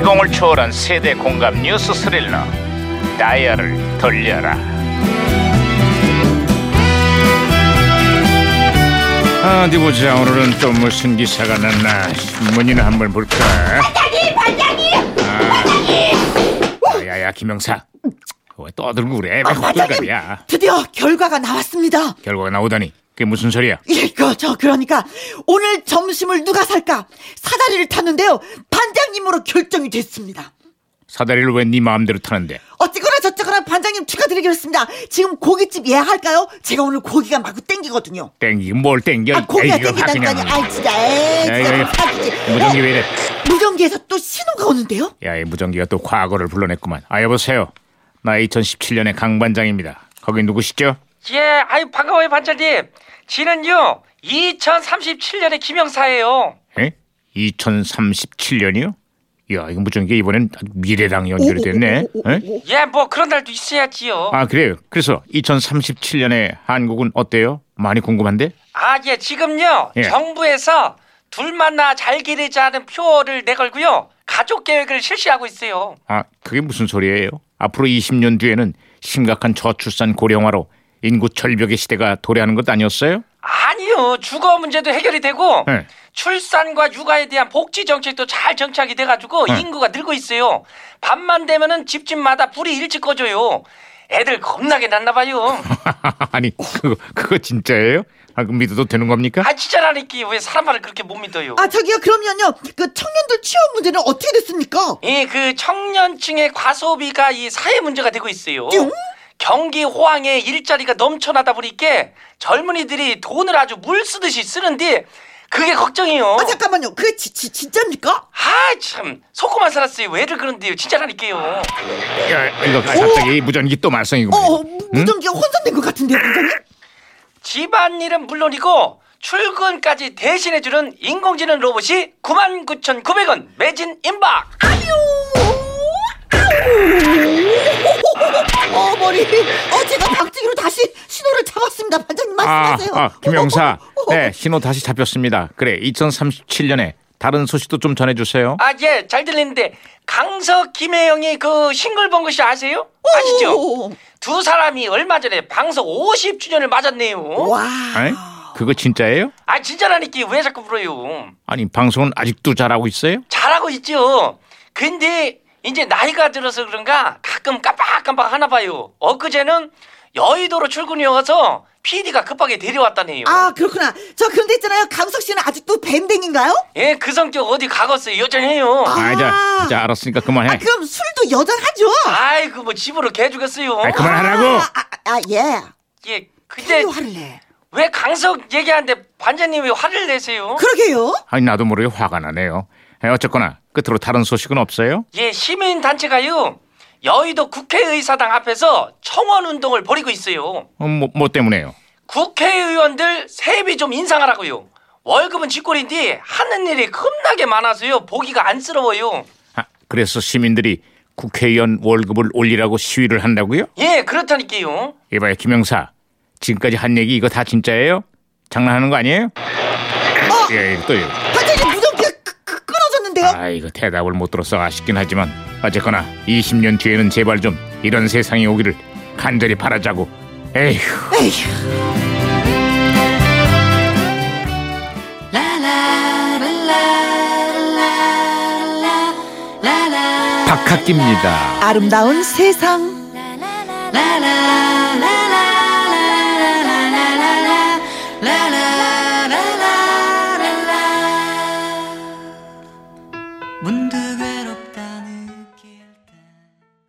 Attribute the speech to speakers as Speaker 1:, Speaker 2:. Speaker 1: 감동을 초월한 세대 공감 뉴스 스릴러 다이얼을 돌려라 아, 어디 보자 오늘은 또 무슨 기사가 났나 신문이나 한번 볼까 반장님 반장님 반장님 아, 야야 김영사 왜 떠들고 그래
Speaker 2: 아,
Speaker 1: 왜 호들갑이야
Speaker 2: 드디어 결과가 나왔습니다.
Speaker 1: 결과가 나오다니 그게 무슨 소리야
Speaker 2: 이거 저 그러니까 오늘 점심을 누가 살까 사다리를 탔는데요. 반장님으로 결정이 됐습니다.
Speaker 1: 사다리를 왜 네 마음대로 타는데
Speaker 2: 어쨌거나 저쨌거나 반장님 축하드리겠습니다. 지금 고깃집 예약할까요? 제가 오늘 고기가 마구 땡기거든요.
Speaker 1: 땡기 뭘 땡겨
Speaker 2: 아 고기가
Speaker 1: 에이, 이거 봐,
Speaker 2: 땡기다니까요.
Speaker 1: 그냥.
Speaker 2: 아 진짜 에이
Speaker 1: 야,
Speaker 2: 진짜
Speaker 1: 이거, 이거.
Speaker 2: 아프지.
Speaker 1: 무전기
Speaker 2: 에,
Speaker 1: 왜 이래
Speaker 2: 무전기에서 또 신호가 오는데요.
Speaker 1: 야, 이 무전기가 또 과거를 불러냈구만. 아, 여보세요. 나 2017년의 강반장입니다. 거기 누구시죠?
Speaker 3: 예, 아유 반가워요 반장님. 지는요 2037년의 김영사예요.
Speaker 1: 에? 2037년이요? 야, 이거 무전기 이번엔 아주 미래랑 연결이 됐네. 에?
Speaker 3: 예, 뭐 그런 날도 있어야지요.
Speaker 1: 아, 그래요. 그래서 2037년에 한국은 어때요? 많이 궁금한데?
Speaker 3: 아, 예, 지금요
Speaker 1: 예.
Speaker 3: 정부에서 둘 만나 잘 기르자는 표어를 내걸고요 가족 계획을 실시하고 있어요.
Speaker 1: 아, 그게 무슨 소리예요? 앞으로 20년 뒤에는 심각한 저출산 고령화로 인구 절벽의 시대가 도래하는 것 아니었어요?
Speaker 3: 아니요, 주거 문제도 해결이 되고
Speaker 1: 예.
Speaker 3: 출산과 육아에 대한 복지 정책도 잘 정착이 돼가지고
Speaker 1: 예.
Speaker 3: 인구가 늘고 있어요. 밤만 되면은 집집마다 불이 일찍 꺼져요. 애들 겁나게 났나 봐요.
Speaker 1: 아니, 그거, 그거 진짜예요? 아, 그 믿어도 되는 겁니까?
Speaker 3: 아 진짜라니까 왜 사람 말을 그렇게 못 믿어요?
Speaker 2: 아 저기요 그러면요 그 청년들 취업 문제는 어떻게 됐습니까?
Speaker 3: 예, 그 청년층의 과소비가 이 사회 문제가 되고 있어요. 경기 호황에 일자리가 넘쳐나다 보니까 젊은이들이 돈을 아주 물 쓰듯이 쓰는데 그게 걱정이요.
Speaker 1: 어.
Speaker 2: 아 잠깐만요 그게 지, 지, 진짜입니까?
Speaker 3: 아 참, 속고만 살았어요. 왜들 그런데요? 진짜라니까요.
Speaker 1: 야, 이거 갑자기 이 무전기 또 말썽이고.
Speaker 2: 어 무- 무전기가 혼선된 것 같은데요 반장님?
Speaker 3: 집안일은 물론이고 출근까지 대신해주는 인공지능 로봇이 99,900원 매진 임박.
Speaker 2: 어 머리 어 제가 박치기로 다시 신호를 잡았습니다 반장님
Speaker 1: 아,
Speaker 2: 말씀하세요
Speaker 1: 아, 김영사.
Speaker 2: 어, 어, 어, 어.
Speaker 1: 네, 신호 다시 잡혔습니다. 그래, 2037년에 다른 소식도 좀 전해주세요.
Speaker 3: 아, 예, 잘 들리는데 강석 김혜영이 그 싱글벙글 씨 아세요? 아시죠?
Speaker 2: 오.
Speaker 3: 두 사람이 얼마 전에 방송 50주년을 맞았네요.
Speaker 2: 와
Speaker 1: 에? 그거 진짜예요?
Speaker 3: 아, 진짜라니까 왜 자꾸 물어요?
Speaker 1: 아니, 방송은 아직도 잘하고 있어요?
Speaker 3: 잘하고 있죠. 근데 이제 나이가 들어서 그런가 가끔 깜빡깜빡 하나 봐요. 엊그제는 여의도로 출근이 와서 PD가 급하게 데려왔다네요.
Speaker 2: 아 그렇구나 저 그런데 있잖아요 강석 씨는 아직도 밴댕인가요?
Speaker 3: 예, 그 성격 어디 가겠어요. 여전해요.
Speaker 2: 아.
Speaker 1: 아, 이제, 이제 알았으니까 그만해.
Speaker 2: 아 그럼 술도 여전하죠?
Speaker 3: 아이고, 뭐 집으로 개 죽였어요.
Speaker 1: 아이, 그만하라고!
Speaker 2: 아예
Speaker 3: 예, 근데
Speaker 2: 근데 화를 내
Speaker 3: 왜 강석 얘기하는데 반장님이 화를 내세요?
Speaker 2: 그러게요
Speaker 1: 아니, 나도 모르게 화가 나네요. 에, 어쨌거나, 끝으로 다른 소식은 없어요?
Speaker 3: 예, 시민 단체가요. 여의도 국회의사당 앞에서 청원 운동을 벌이고 있어요.
Speaker 1: 어, 뭐, 뭐 때문에요?
Speaker 3: 국회의원들 세비 좀 인상하라고요. 월급은 쥐꼬리인데 하는 일이 겁나게 많아서요. 보기가 안쓰러워요.
Speaker 1: 아, 그래서 시민들이 국회의원 월급을 올리라고 시위를 한다고요?
Speaker 3: 예, 그렇다니까요.
Speaker 1: 이봐요, 김영사. 지금까지 한 얘기 이거 다 진짜예요? 장난하는 거 아니에요? 예, 또 이거.
Speaker 2: 반장님 무전기가 끄- 끄- 끊어졌는데요
Speaker 1: 아 이거 대답을 못 들어서 아쉽긴 하지만 어쨌거나 20년 뒤에는 제발 좀 이런 세상이 오기를 간절히 바라자고 에휴
Speaker 2: 에휴
Speaker 1: 박학기입니다
Speaker 2: 아름다운 세상
Speaker 4: la la